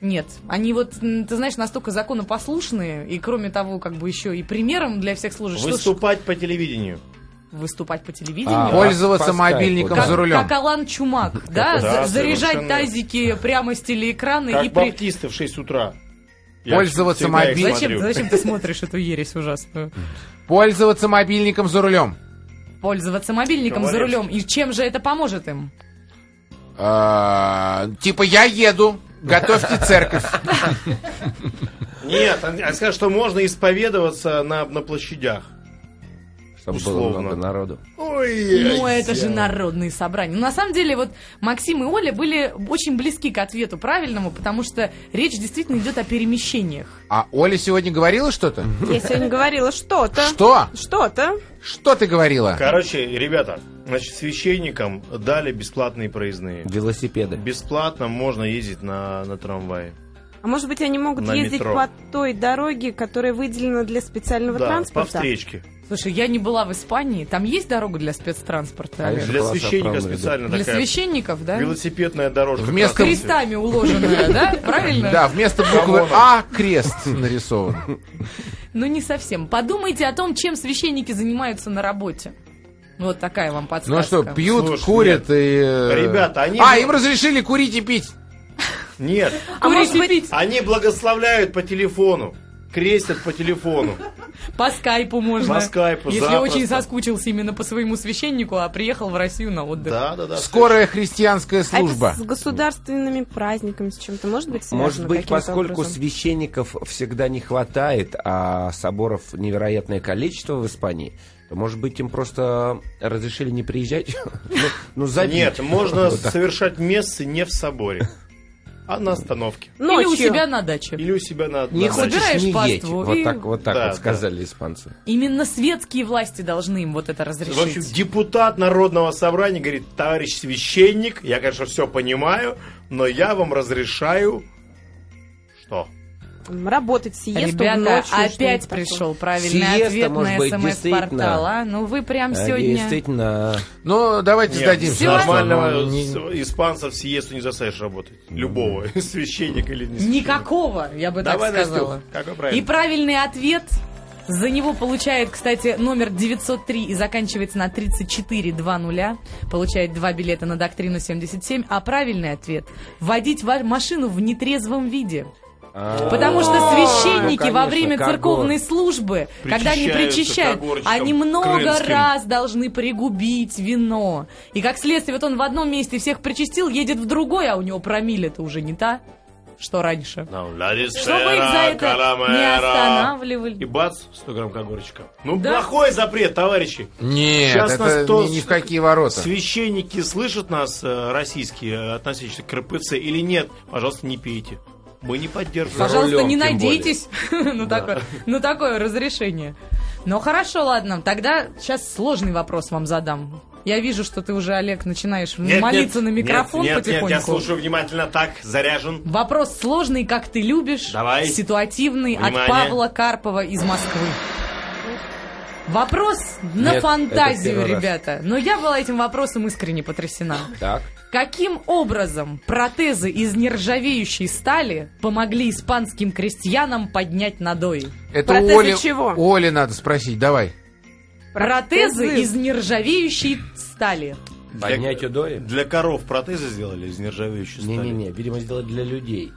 S2: Нет, они вот, м, ты знаешь, настолько законопослушные, и кроме того, как бы еще и примером для всех служат, что ж
S1: Выступать по телевидению.
S2: выступать по телевидению.
S4: А,
S3: Пользоваться
S4: по скайпу,
S3: мобильником
S4: да.
S2: Как,
S3: за рулем.
S2: как Алан Чумак, да?
S1: Да,
S2: за- Заряжать
S1: совершенно.
S2: тазики прямо с телеэкрана Ну, и
S1: Как
S2: при-
S1: баптисты в 6 утра.
S3: Пользоваться
S1: всегда их
S3: мобиль-
S2: Зачем,
S1: смотрю.
S2: зачем ты смотришь эту ересь ужасную?
S3: Пользоваться мобильником за рулем.
S2: Пользоваться мобильником за
S1: Говоришь.
S2: рулем. И чем же это поможет им?
S3: А, Типа я еду, готовьте церковь.
S1: Нет, они они скажут, что можно исповедоваться на, на площадях.
S4: Чтобы было
S1: Условно.
S4: много народу.
S1: Ой,
S2: Ну, это же народные собрания. Ну, на самом деле, вот Максим и Оля были очень близки к ответу правильному, потому что речь действительно идет о перемещениях.
S3: А Оля сегодня говорила что-то?
S5: Я сегодня говорила что-то.
S3: Что?
S5: Что-то.
S3: Что ты говорила?
S1: Короче, ребята, значит, священникам дали бесплатные проездные.
S4: Велосипеды.
S1: Бесплатно можно ездить на, на трамвае.
S5: А может быть, они могут
S1: На
S5: ездить
S1: метро.
S5: по той дороге, которая выделена для специального
S1: Да, по
S5: транспорта?
S1: встречке.
S2: Слушай, я не была в Испании. Там есть дорога для спецтранспорта?
S4: Конечно.
S1: Для
S4: Класс,
S1: священника
S4: оправдан,
S1: специально
S2: Для
S1: А такая
S2: священников, да?
S1: велосипедная дорожка.
S3: Вместо-
S1: красная.
S2: Крестами уложенная, да? Правильно?
S3: Да, вместо буквы А крест нарисован.
S2: Ну, не совсем. Подумайте о том, чем священники занимаются на работе. Вот такая
S1: а
S2: вам подсказка.
S3: Ну что, пьют,
S1: Слушай,
S3: курят
S1: нет.
S3: и... э,
S1: Ребята, они-
S3: А, им разрешили курить и пить.
S1: Нет,
S2: А может быть,
S1: они благословляют по телефону. Крестят по телефону.
S2: по скайпу можно.
S1: По скайпу,
S2: Если
S1: запросто.
S2: очень соскучился именно по своему священнику, а приехал в Россию на отдых.
S1: Да, да, да.
S3: Скорая христианская
S5: А это
S3: служба.
S5: с государственными праздниками, с чем-то может быть связано?
S4: Может быть,
S5: каким-то
S4: поскольку
S5: образом?
S4: священников всегда не хватает, а соборов невероятное количество в Испании, то, может быть, им просто разрешили не приезжать? Ну, Ну, забить.
S1: Нет, можно
S4: Вот так.
S1: совершать мессы не в соборе, а на остановке.
S2: Или у
S5: Ночью.
S2: себя на даче.
S1: Или у себя на на
S4: Не
S1: даче.
S4: хочешь,
S2: Собираешь
S4: не едь.
S2: паству
S4: Вот
S2: и-
S4: так, вот так
S1: Да,
S4: вот сказали испанцы.
S2: Именно светские власти должны им вот это разрешить.
S1: В общем, депутат Народного собрания говорит, товарищ священник, я, конечно, все понимаю, но я вам разрешаю... Что?
S5: Там Работать сиесту
S2: Ребята,
S5: ночью.
S2: опять
S5: что-нибудь такое.
S2: пришел правильный
S4: Сиеста,
S2: ответ
S4: может быть,
S2: на смс-портал.
S4: действительно.
S2: А? Ну вы прям
S4: А,
S2: сегодня...
S4: Действительно,
S3: Ну, давайте
S1: Нет,
S3: сдадимся.
S2: всё.
S3: потому что,
S1: Нормального
S3: ну, не-
S1: с- испанца в сиесту не заставишь работать. Любого, священника или не священника.
S2: Никакого, я бы
S1: Давай,
S2: так
S1: Настюх,
S2: сказала.
S1: какой
S2: И
S1: правильный?
S2: правильный ответ за него получает, кстати, номер 903 и заканчивается на 3420. Получает два билета на доктрину 77. А правильный ответ – водить ва- машину в нетрезвом виде.
S4: а, ну,
S2: Потому что
S1: Ну,
S2: священники во
S4: конечно,
S2: время
S4: как
S2: церковной службы, когда они
S1: Причащаются
S2: причащают,
S1: когорчиком
S2: они много
S1: крымским.
S2: раз должны пригубить вино. И как следствие, вот он в одном месте всех причастил, едет в другой, а у него промили-то уже не та, что раньше.
S1: Нам ла
S2: Чтобы их за
S1: рисера,
S2: это не
S1: карамера.
S2: останавливали.
S1: И бац, 100 грамм когорчика. Ну,
S2: Да.
S1: плохой запрет, товарищи.
S3: Нет,
S1: Сейчас
S3: это
S1: нас то-
S3: ни, ни в какие ворота.
S1: Священники слышат нас, э, российские, э, относящиеся к РПЦ или нет? Пожалуйста, не пейте. Мы не поддерживаем.
S2: Пожалуйста,
S4: рулем,
S2: не
S4: тем
S2: надейтесь на такое- на такое разрешение. Ну хорошо, ладно, тогда сейчас сложный вопрос вам задам. Я вижу, что ты уже, Олег, начинаешь
S1: Нет,
S2: молиться
S1: нет,
S2: на
S1: нет,
S2: микрофон
S1: нет,
S2: потихоньку.
S1: Нет, я слушаю внимательно, так, заряжен.
S2: Вопрос сложный, как ты любишь.
S1: Давай.
S2: Ситуативный от
S1: Внимание.
S2: Павла Карпова из Москвы. Вопрос на
S4: Нет, это
S2: фантазию,
S4: первый раз.
S2: ребята. Но я была этим вопросом искренне потрясена.
S4: Так.
S2: Каким образом протезы из нержавеющей стали помогли испанским крестьянам поднять надои?
S3: Это
S5: Протезы
S3: у Оли,
S5: чего?
S3: у Оли надо спросить, давай.
S2: Протезы из нержавеющей стали.
S4: Поднять удои?
S1: Для коров протезы сделали из нержавеющей стали.
S4: Не-не-не, видимо, сделать для людей.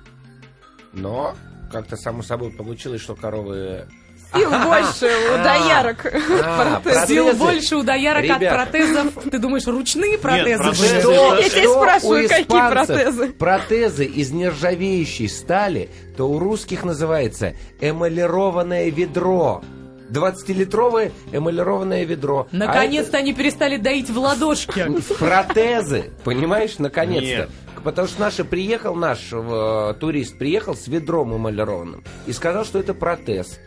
S4: Но как-то само собой получилось, что коровы...
S5: Сил
S2: А.
S5: больше у доярок.
S4: А,
S2: Сил
S4: протезы.
S2: больше у доярок
S4: Ребята.
S2: от протезов. Ты думаешь, ручные протезы?
S1: протезы.
S2: были?
S1: Что?
S5: Я тебя
S4: Что
S5: спрашиваю,
S4: у
S5: какие
S4: испанцев
S5: протезы?
S4: Протезы из нержавеющей стали, то у русских называется эмалированное ведро. 20-литровое эмалированное ведро. А
S2: Наконец-то они перестали доить в ладошки.
S4: это Протезы, понимаешь, наконец-то.
S1: Нет.
S4: Потому что наш приехал, наш э, турист приехал с ведром эмалированным и сказал, что это протез.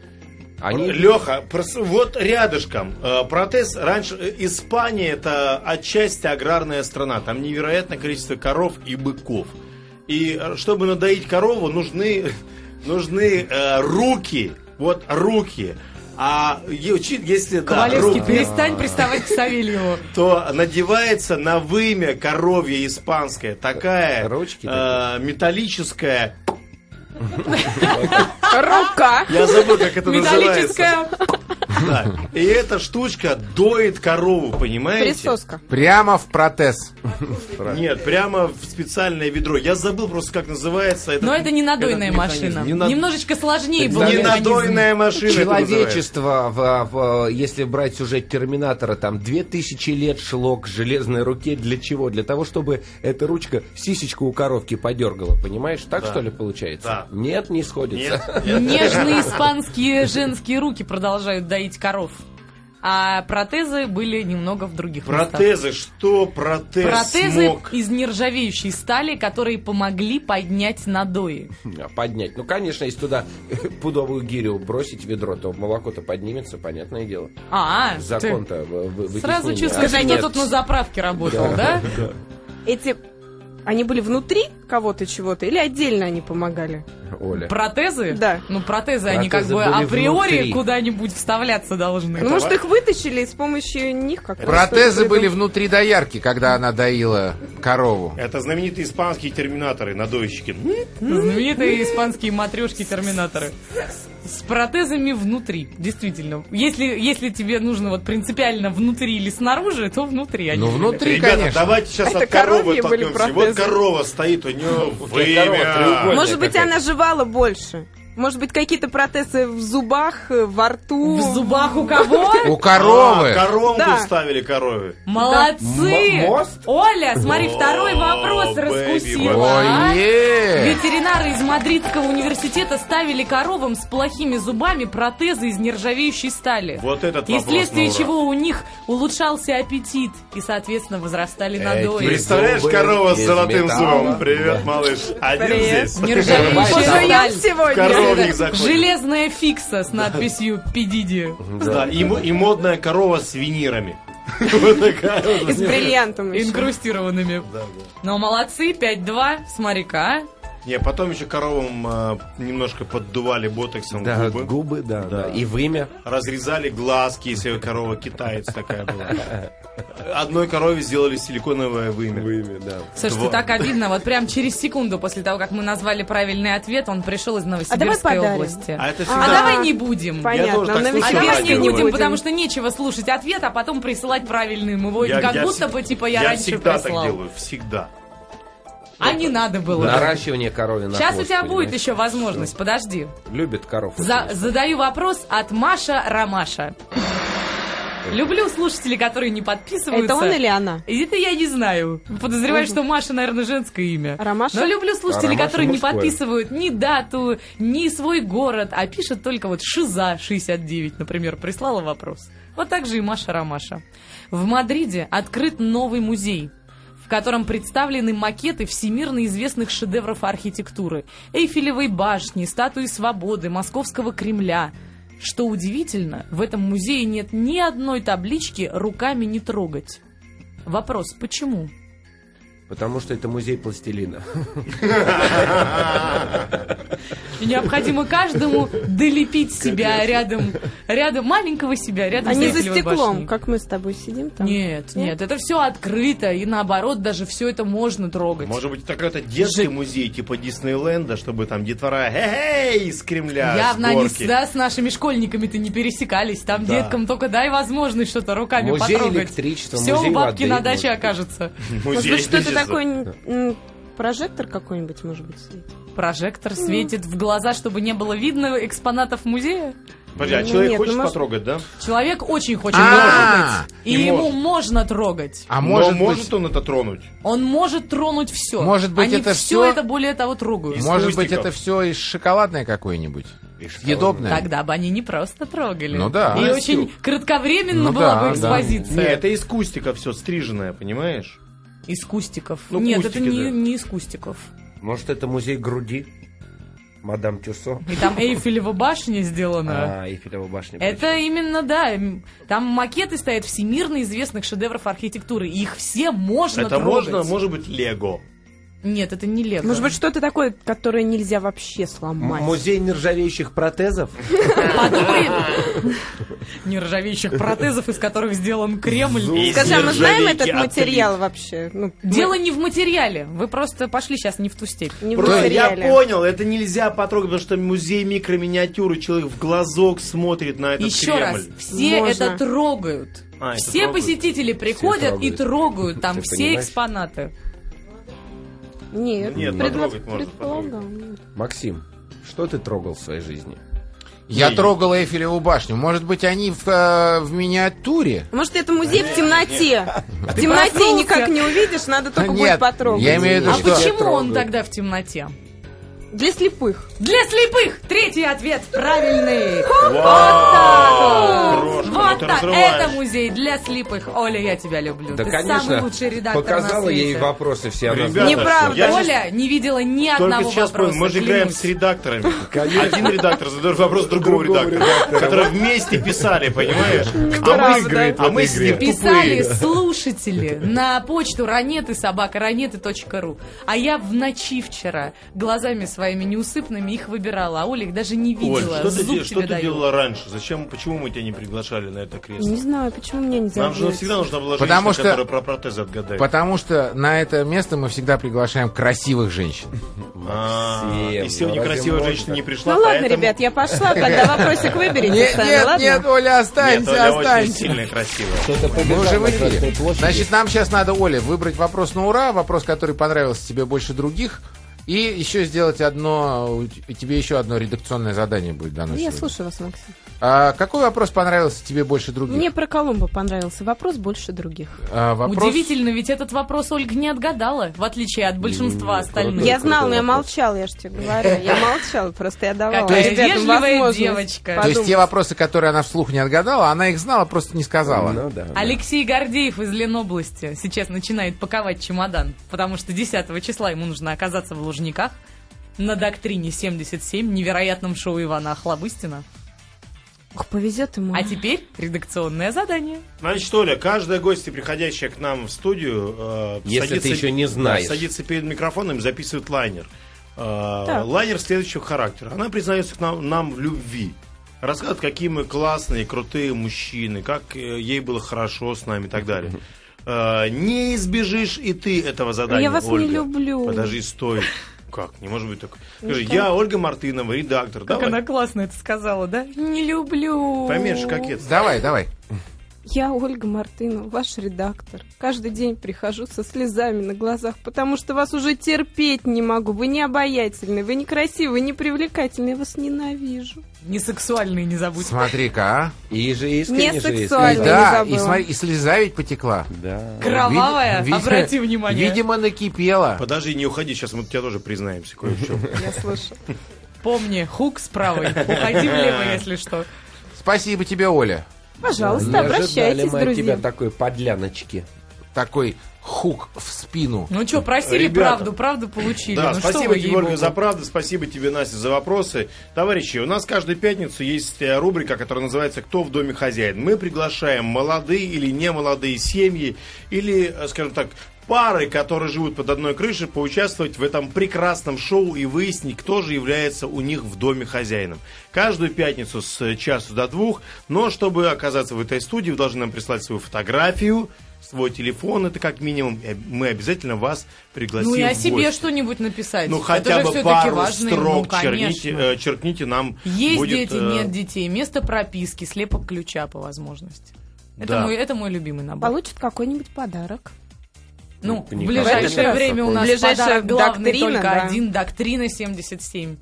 S4: Они...
S1: Леха, вот рядышком. э, Протез раньше... э, Испания это отчасти аграрная страна. Там невероятное количество коров и быков. И э, чтобы надоить корову, нужны, нужны э, руки. Вот руки. А е- учит- если... да,
S2: Ковалевский,
S1: руки.
S2: перестань приставать к Савельеву.
S1: то надевается на вымя коровье испанское такая
S4: Ручки
S1: э,
S4: такие.
S1: металлическая.
S5: Рука.
S1: Я забыл, как это называется.
S2: Металлическая.
S1: Да. И эта штучка доит корову, понимаете?
S5: Присоска.
S3: Прямо в протез.
S1: Нет, прямо в специальное ведро. Я забыл просто, как называется.
S2: Но это не надойная
S1: этот механизм.
S2: машина.
S1: Не на-
S2: Немножечко сложнее был
S1: Не
S2: механизм.
S1: надойная машина. это называется.
S4: Человечество, в- в- если брать сюжет Терминатора, там 2000 лет шло к железной руке. Для чего? Для того, чтобы эта ручка сисечку у коровки подергала. Понимаешь, так
S1: Да.
S4: что ли получается?
S1: Да.
S4: Нет, не сходится.
S1: Нет, нет.
S2: Нежные испанские женские руки продолжают доить коров. А протезы были немного в других местах.
S1: Протезы, что протез
S2: Протезы
S1: смог?
S2: из нержавеющей стали, которые помогли поднять надои.
S4: А, Поднять. Ну, конечно, если туда пудовую гирю бросить в ведро, то молоко-то поднимется, понятное дело.
S2: А,
S4: Закон-то вы- вы-
S2: ты сразу
S4: вытеснение.
S2: чувствуешь,
S4: А
S2: что
S4: нет.
S2: тут на заправке работал, да?
S5: Эти Они были внутри кого-то чего-то или отдельно они помогали?
S4: Оля.
S2: Протезы?
S5: Да.
S2: Ну, протезы, они как
S4: Протезы
S2: бы
S4: были
S2: априори
S4: внутри.
S2: куда-нибудь вставляться должны.
S5: Ну, может, их вытащили и с помощью них как
S3: Протезы были внутри доярки, когда она доила корову.
S1: Это знаменитые испанские терминаторы, надойщики.
S2: Знаменитые испанские матрешки-терминаторы. С протезами внутри, действительно. Если, если тебе нужно вот принципиально внутри или снаружи, то внутри. а не
S3: Ну, внутри,
S1: Ребята,
S3: конечно.
S1: давайте сейчас
S5: Это
S1: от коровы
S5: коровьи были
S1: толкнемся. Вот
S5: протезы.
S1: корова стоит, у нее
S4: Ну, корова, треугольник.
S1: время.
S5: Может быть,
S4: какая-то.
S5: она жевала больше. Может быть, какие-то протезы в зубах, э, во рту.
S2: В зубах у кого?
S3: У коровы.
S2: Ну,
S1: А, коронку
S5: Да.
S1: ставили корове.
S2: Молодцы!
S4: М- мост?
S2: Оля, смотри,
S1: О,
S2: второй вопрос
S1: бэби,
S2: раскусила. а?
S3: Ой, е
S2: Ветеринары из Мадридского университета ставили коровам с плохими зубами протезы из нержавеющей стали.
S1: Вот этот
S2: И
S1: вопрос
S2: вследствие
S1: на ура.
S2: чего у них улучшался аппетит и, соответственно, возрастали надои.
S1: Представляешь,
S4: зубы
S1: корова с
S4: из
S1: золотым
S4: металла.
S1: зубом. Привет, малыш. Один
S5: Привет.
S1: здесь.
S2: Нержавеющая
S5: Пожуем
S2: сталь.
S1: Коровник за-
S5: сегодня.
S1: Такой.
S2: Железная фикса с надписью «Педиди».
S1: Да, и, мо- и модная корова с винирами. Вот такая
S5: И с
S1: вот.
S5: бриллиантом еще.
S2: Инкрустированными. Но молодцы, 5-2, смотри-ка. а.
S1: Не, потом еще коровам а, немножко поддували ботоксом
S4: Да,
S1: губы.
S4: губы, да, да. И вымя.
S1: Разрезали глазки, если корова китаец такая была. Одной корове сделали силиконовое вымя.
S4: Вымя, да.
S2: Слушайте,
S1: Два.
S2: так обидно. Вот прям через секунду после того, как мы назвали правильный ответ, он пришел из Новосибирской
S5: А подарим.
S2: области.
S1: А это
S2: А
S1: всегда...
S5: да.
S2: давай не будем.
S5: Понятно,
S1: Я тоже так
S5: он на
S2: А
S1: слышал
S2: давай
S1: радио.
S2: не будем,
S5: Сегодня.
S2: потому что нечего слушать ответ, а потом присылать правильный. Мы
S1: Я-
S2: будем как
S1: я
S2: будто
S1: всег-
S2: бы, типа, я
S1: я
S2: раньше
S1: всегда так
S2: прислал.
S1: делаю, всегда.
S2: А не надо было.
S4: Наращивание коровы на
S2: Сейчас у
S4: хвост,
S2: тебя будет
S4: понимаешь?
S2: еще возможность, подожди.
S4: Любит коров.
S2: За- задаю вопрос от Маша Ромаша. Люблю слушателей, которые не подписываются.
S5: Это он или она?
S2: И Это я не знаю. Подозреваю, что Маша, наверное, женское имя.
S5: Ромаша?
S2: Но люблю слушателей,
S4: А Ромаша
S2: которые не
S4: мужское.
S2: подписывают ни дату, ни свой город, а пишут только вот Шиза 69, например, прислала вопрос. Вот так же и Маша Ромаша. В Мадриде открыт новый музей в котором представлены макеты всемирно известных шедевров архитектуры. Эйфелевой башни, статуи свободы, Московского Кремля. Что удивительно, в этом музее нет ни одной таблички «руками не трогать». Вопрос, почему?
S4: Потому что это музей пластилина.
S2: И необходимо каждому долепить себя рядом, рядом маленького себя, рядом
S5: А не
S2: с
S5: за
S2: Эйфелевой
S5: стеклом,
S2: башней.
S5: как мы с тобой сидим там.
S2: Нет, нет, это все открыто, и наоборот, даже все это можно трогать.
S1: Может быть, это какой-то детский музей, типа Диснейленда, чтобы там детвора «Эй!» из Кремля,
S2: Явно
S1: с
S2: они
S1: горки.
S2: всегда с нашими школьниками-то не пересекались. Там
S1: Да.
S2: деткам только дай возможность что-то руками
S4: Музей
S2: потрогать.
S4: электричества,
S2: Все у
S4: музей
S2: бабки
S4: воды,
S2: на даче
S4: может быть.
S2: окажется.
S5: Может быть, что-то
S1: электричества.
S5: такое... м, Прожектор какой-нибудь, может быть, сидит.
S2: Прожектор светит в глаза, чтобы не было видно экспонатов музея.
S1: Подожди, а
S5: Ну,
S1: человек
S5: нет, ну,
S1: хочет
S5: может-
S1: потрогать, да?
S2: Человек очень хочет
S3: А,
S2: трогать. И
S1: не
S2: ему
S1: может.
S2: можно трогать.
S3: А
S1: Но
S3: может
S1: может
S3: быть...
S1: он это тронуть?
S2: Он может тронуть все.
S3: Может быть,
S2: Они
S3: это
S2: все
S3: всё-
S2: это более того трогают.
S1: из
S3: Может быть,
S1: кустиков.
S3: это все из шоколадное какое-нибудь? Съедобное?
S2: Тогда бы они не просто трогали.
S3: Ну да.
S2: И
S3: Настю.
S2: очень кратковременно
S3: Ну
S2: была
S3: да,
S2: бы
S3: да.
S2: экспозиция.
S1: Не, это из кустика все стриженное, понимаешь?
S2: Из кустиков.
S1: Ну,
S2: Нет,
S1: кустики,
S2: это не,
S1: да.
S2: не из кустиков.
S4: Может, это музей груди? Мадам Тюсо?
S2: И там Эйфелева башня сделана.
S4: А, Эйфелева башня.
S2: Это именно, да, м, там макеты стоят всемирно известных шедевров архитектуры. и Их все можно
S1: это
S2: трогать.
S1: можно, может быть, лего.
S2: Нет, это не лего.
S5: Может быть, что-то такое, которое нельзя вообще сломать.
S4: М- Музей нержавеющих протезов?
S2: подумай. Нержавеющих протезов, из которых сделан Кремль.
S1: Зуб.
S5: Скажи, а мы знаем
S1: Нержавейки
S5: этот
S1: отлить.
S5: материал вообще? Ну,
S2: Дело не в материале. Вы просто пошли сейчас не в ту степь.
S5: не в
S1: Просто я
S5: материале.
S1: понял, это нельзя потрогать, потому что музей микроминиатюры, человек в глазок смотрит на этот
S2: Еще раз,
S1: Кремль.
S2: все
S5: Можно.
S2: это трогают.
S1: А, это
S2: все
S1: трогают.
S2: посетители приходят и
S4: трогают.
S2: трогают там
S4: Ты
S2: все
S4: понимаешь?
S2: экспонаты.
S5: Нет,
S1: Нет,
S5: предла-
S1: потрогать можно,
S5: предполагал.
S4: Максим, что ты трогал в своей жизни?
S3: Я
S1: Не.
S3: трогал Эйфелеву башню. Может быть, они в, э, в миниатуре?
S5: Может, это
S1: А
S5: музей в темноте? В темноте
S2: проснулся?
S5: никак не увидишь, надо только
S3: Да
S5: будет
S3: А нет,
S5: потрогать.
S1: Ну
S3: я имею в виду,
S2: а
S3: что...
S2: почему он
S4: трогают.
S2: тогда в темноте?
S5: Для слепых.
S2: Для слепых! Третий ответ правильный!
S1: Вау!
S2: Вот так вот!
S1: Крошка, ну
S2: Вот
S1: ты
S2: так!
S1: разрываешь.
S2: Это музей для слепых! Оля, я тебя люблю!
S4: Да,
S2: Ты самый
S4: конечно,
S2: лучший редактор на
S4: показала
S2: свете.
S4: ей вопросы все. она
S1: Ребята,
S5: Неправда.
S1: я щас
S2: Оля не видела ни
S1: Только
S2: одного
S1: сейчас
S2: вопроса.
S1: понял, мы же играем
S2: клянусь.
S1: с редакторами. Один редактор задает вопрос другому, редактору, которые вместе писали, понимаешь? А мы,
S5: Неправда.
S1: а мы с ним
S2: Писали
S1: тупые.
S2: слушатели на почту ранеты собака ру. А я в ночи вчера глазами своими неусыпными их выбирала, а Оля их даже не
S1: Оль,
S2: видела.
S1: что ты,
S2: Зуб
S1: де- что
S2: тебе
S1: ты
S2: даю.
S1: делала раньше? Зачем, почему мы тебя не приглашали на это кресло?
S5: Не знаю, почему мне нельзя
S1: Нам же
S5: делать.
S1: всегда нужна была женщина,
S3: Потому что-
S1: которая про протезы отгадает.
S3: Потому что на это место мы всегда приглашаем красивых женщин.
S1: А,
S4: Максим,
S1: и сегодня
S4: ну
S1: красивая
S4: разве
S1: женщина
S4: можно?
S1: не пришла,
S5: Ну ладно,
S1: поэтому-
S5: ребят, я пошла, тогда вопросик выберите
S3: Нет,
S5: сами,
S3: нет,
S5: ладно?
S3: нет, Оля,
S1: Нет,
S3: останься,
S1: она очень
S3: останься.
S1: сильная и красивая.
S4: Кто-то
S3: Мы
S4: побежал
S3: уже в
S4: на Красной
S3: эфире.
S4: площади.
S3: Значит, нам сейчас надо, Оля, выбрать вопрос на ура, вопрос, который понравился тебе больше других, и еще сделать одно, у- тебе еще одно редакционное задание будет дано.
S5: Ну, Я
S3: сегодня.
S5: слушаю вас, Максим.
S3: А какой вопрос понравился тебе больше других?
S5: Мне про Колумба понравился вопрос больше других.
S3: А, вопрос...
S2: Удивительно, ведь этот вопрос Ольга не отгадала, в отличие от большинства остальных.
S5: Я знал, но я молчал, я же тебе говорю. Я молчал, просто я давала
S2: Какая
S5: ребятам
S2: вежливая
S5: возможность
S2: девочка.
S3: То есть
S5: подумать.
S3: те вопросы, которые она вслух не отгадала, она их знала, просто не сказала.
S4: Ну да.
S2: Алексей Гордеев из Ленобласти сейчас начинает паковать чемодан, потому что 10 числа ему нужно оказаться в Лужниках на доктрине 77, невероятном шоу Ивана Охлобыстина.
S5: Ох, повезет ему.
S2: А теперь редакционное задание.
S1: Значит, Оля, каждая гостья, приходящая к нам в студию, э,
S4: Если ты еще не знаешь.
S1: да, садится перед микрофоном и записывает лайнер. Э,
S5: Так.
S1: лайнер следующего характера. Она признается к нам, нам в любви. Рассказывает, какие мы классные, крутые мужчины, как э, ей было хорошо с нами и так далее. Э, не избежишь и ты этого задания,
S5: Я вас не
S1: Ольга.
S5: люблю.
S1: Подожди, стой. Как? Не может быть так. Скажи, я Ольга Мартынова, редактор.
S2: Ну Как
S1: Давай.
S2: она классно это сказала, да? Не люблю.
S1: Поменьше кокетства.
S3: Давай, давай.
S5: Я Ольга Мартынова, ваш редактор. Каждый день прихожу со слезами на глазах, потому что вас уже терпеть не могу. Вы не обаятельны, вы некрасивы, вы не привлекательны, я вас ненавижу.
S2: Не сексуальный, не забудь.
S3: Смотри-ка,
S4: И же искренне
S5: Не
S4: же искренне.
S3: а. И
S5: сексуально. Правильно, не
S3: да,
S5: забыла.
S3: и смотри, и слеза ведь потекла.
S4: Да.
S2: Кровавая,
S3: Вид- вид-
S2: обрати внимание.
S3: Видимо, накипела.
S1: Подожди, не уходи, сейчас мы тебя тоже признаемся кое в чем.
S5: Я слушаю.
S2: Помни, хук с правой, уходи влево, если что.
S3: Спасибо тебе, Оля.
S5: Пожалуйста,
S4: Не ожидали
S5: обращайтесь,
S4: мы от тебя
S5: друзья.
S4: такой подляночки.
S3: Такой хук в спину.
S2: Ну что, просили
S1: Ребята.
S2: правду, правду получили.
S1: Да,
S2: ну, что
S1: спасибо
S2: вы,
S1: тебе, Ольга,
S2: ей-богу.
S1: за правду, спасибо тебе, Настя, за вопросы. Товарищи, у нас каждую пятницу есть э, рубрика, которая называется «Кто в доме хозяин?». Мы приглашаем молодые или немолодые семьи, или, э, скажем так, пары, которые живут под одной крышей, поучаствовать в этом прекрасном шоу и выяснить, кто же является у них в доме хозяином. Каждую пятницу с э, часу до двух, но чтобы оказаться в этой студии, вы должны нам прислать свою фотографию, свой телефон, это как минимум, Э, мы обязательно вас пригласим
S2: Ну и о
S1: в
S2: себе
S1: гости.
S2: что-нибудь написать.
S1: Ну,
S2: Это
S1: хотя
S2: же
S1: бы
S2: всё-таки
S1: пару
S2: важно, ну,
S1: строк
S2: конечно.
S1: черните, э, черкните нам.
S2: Есть
S1: будет,
S2: дети,
S1: э,
S2: нет детей, место прописки, слепок ключа по возможности. Это,
S1: Да.
S2: мой, это мой любимый набор.
S5: Получит какой-нибудь подарок.
S2: Ну, в
S4: Ну,
S5: в этот
S2: ближайшее
S5: раз
S2: время у нас
S5: такой. Ближайшая
S2: подарок главный
S5: доктрина,
S2: только
S5: да.
S2: один, доктрина 77.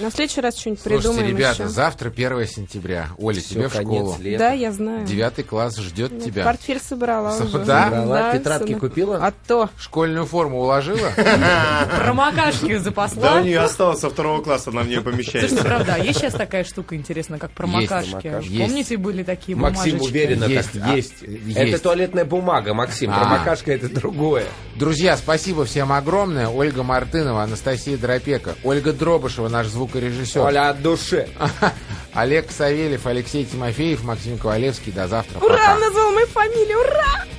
S5: На следующий раз что-нибудь
S3: Слушайте,
S5: придумаем
S3: ребята,
S5: еще.
S3: завтра 1 сентября. Оля, тебе в
S4: конец
S3: школу.
S4: лета.
S5: Да, я знаю.
S3: Девятый класс ждет
S5: Я
S3: тебя.
S5: Портфель Ну, собрала
S3: Со-
S5: уже.
S3: да?
S4: Собрала,
S5: Да,
S4: тетрадки
S5: сына.
S4: купила?
S5: А то.
S3: Школьную форму уложила?
S2: Промокашки
S1: Да, у
S2: запасла.
S1: нее осталось со второго класса, она в нее
S2: Слушайте,
S1: помещается.
S2: правда, а есть сейчас такая штука интересная, как промокашки.
S4: промокашки.
S2: Вы Помните, были такие
S4: Максим
S2: бумажечки?
S4: уверенно
S3: Есть,
S4: так.
S3: а,
S4: есть.
S3: есть.
S4: Это туалетная бумага, Максим.
S3: А.
S4: Промокашка это другое.
S3: Друзья, спасибо всем огромное. Ольга Мартынова, Анастасия Дропека, Ольга Дробышева, наш звукорежиссер.
S4: Оля от души.
S3: Олег Савельев, Алексей Тимофеев, Максим Ковалевский. До завтра.
S5: Ура,
S3: Пока.
S5: он назвал мою фамилию, ура!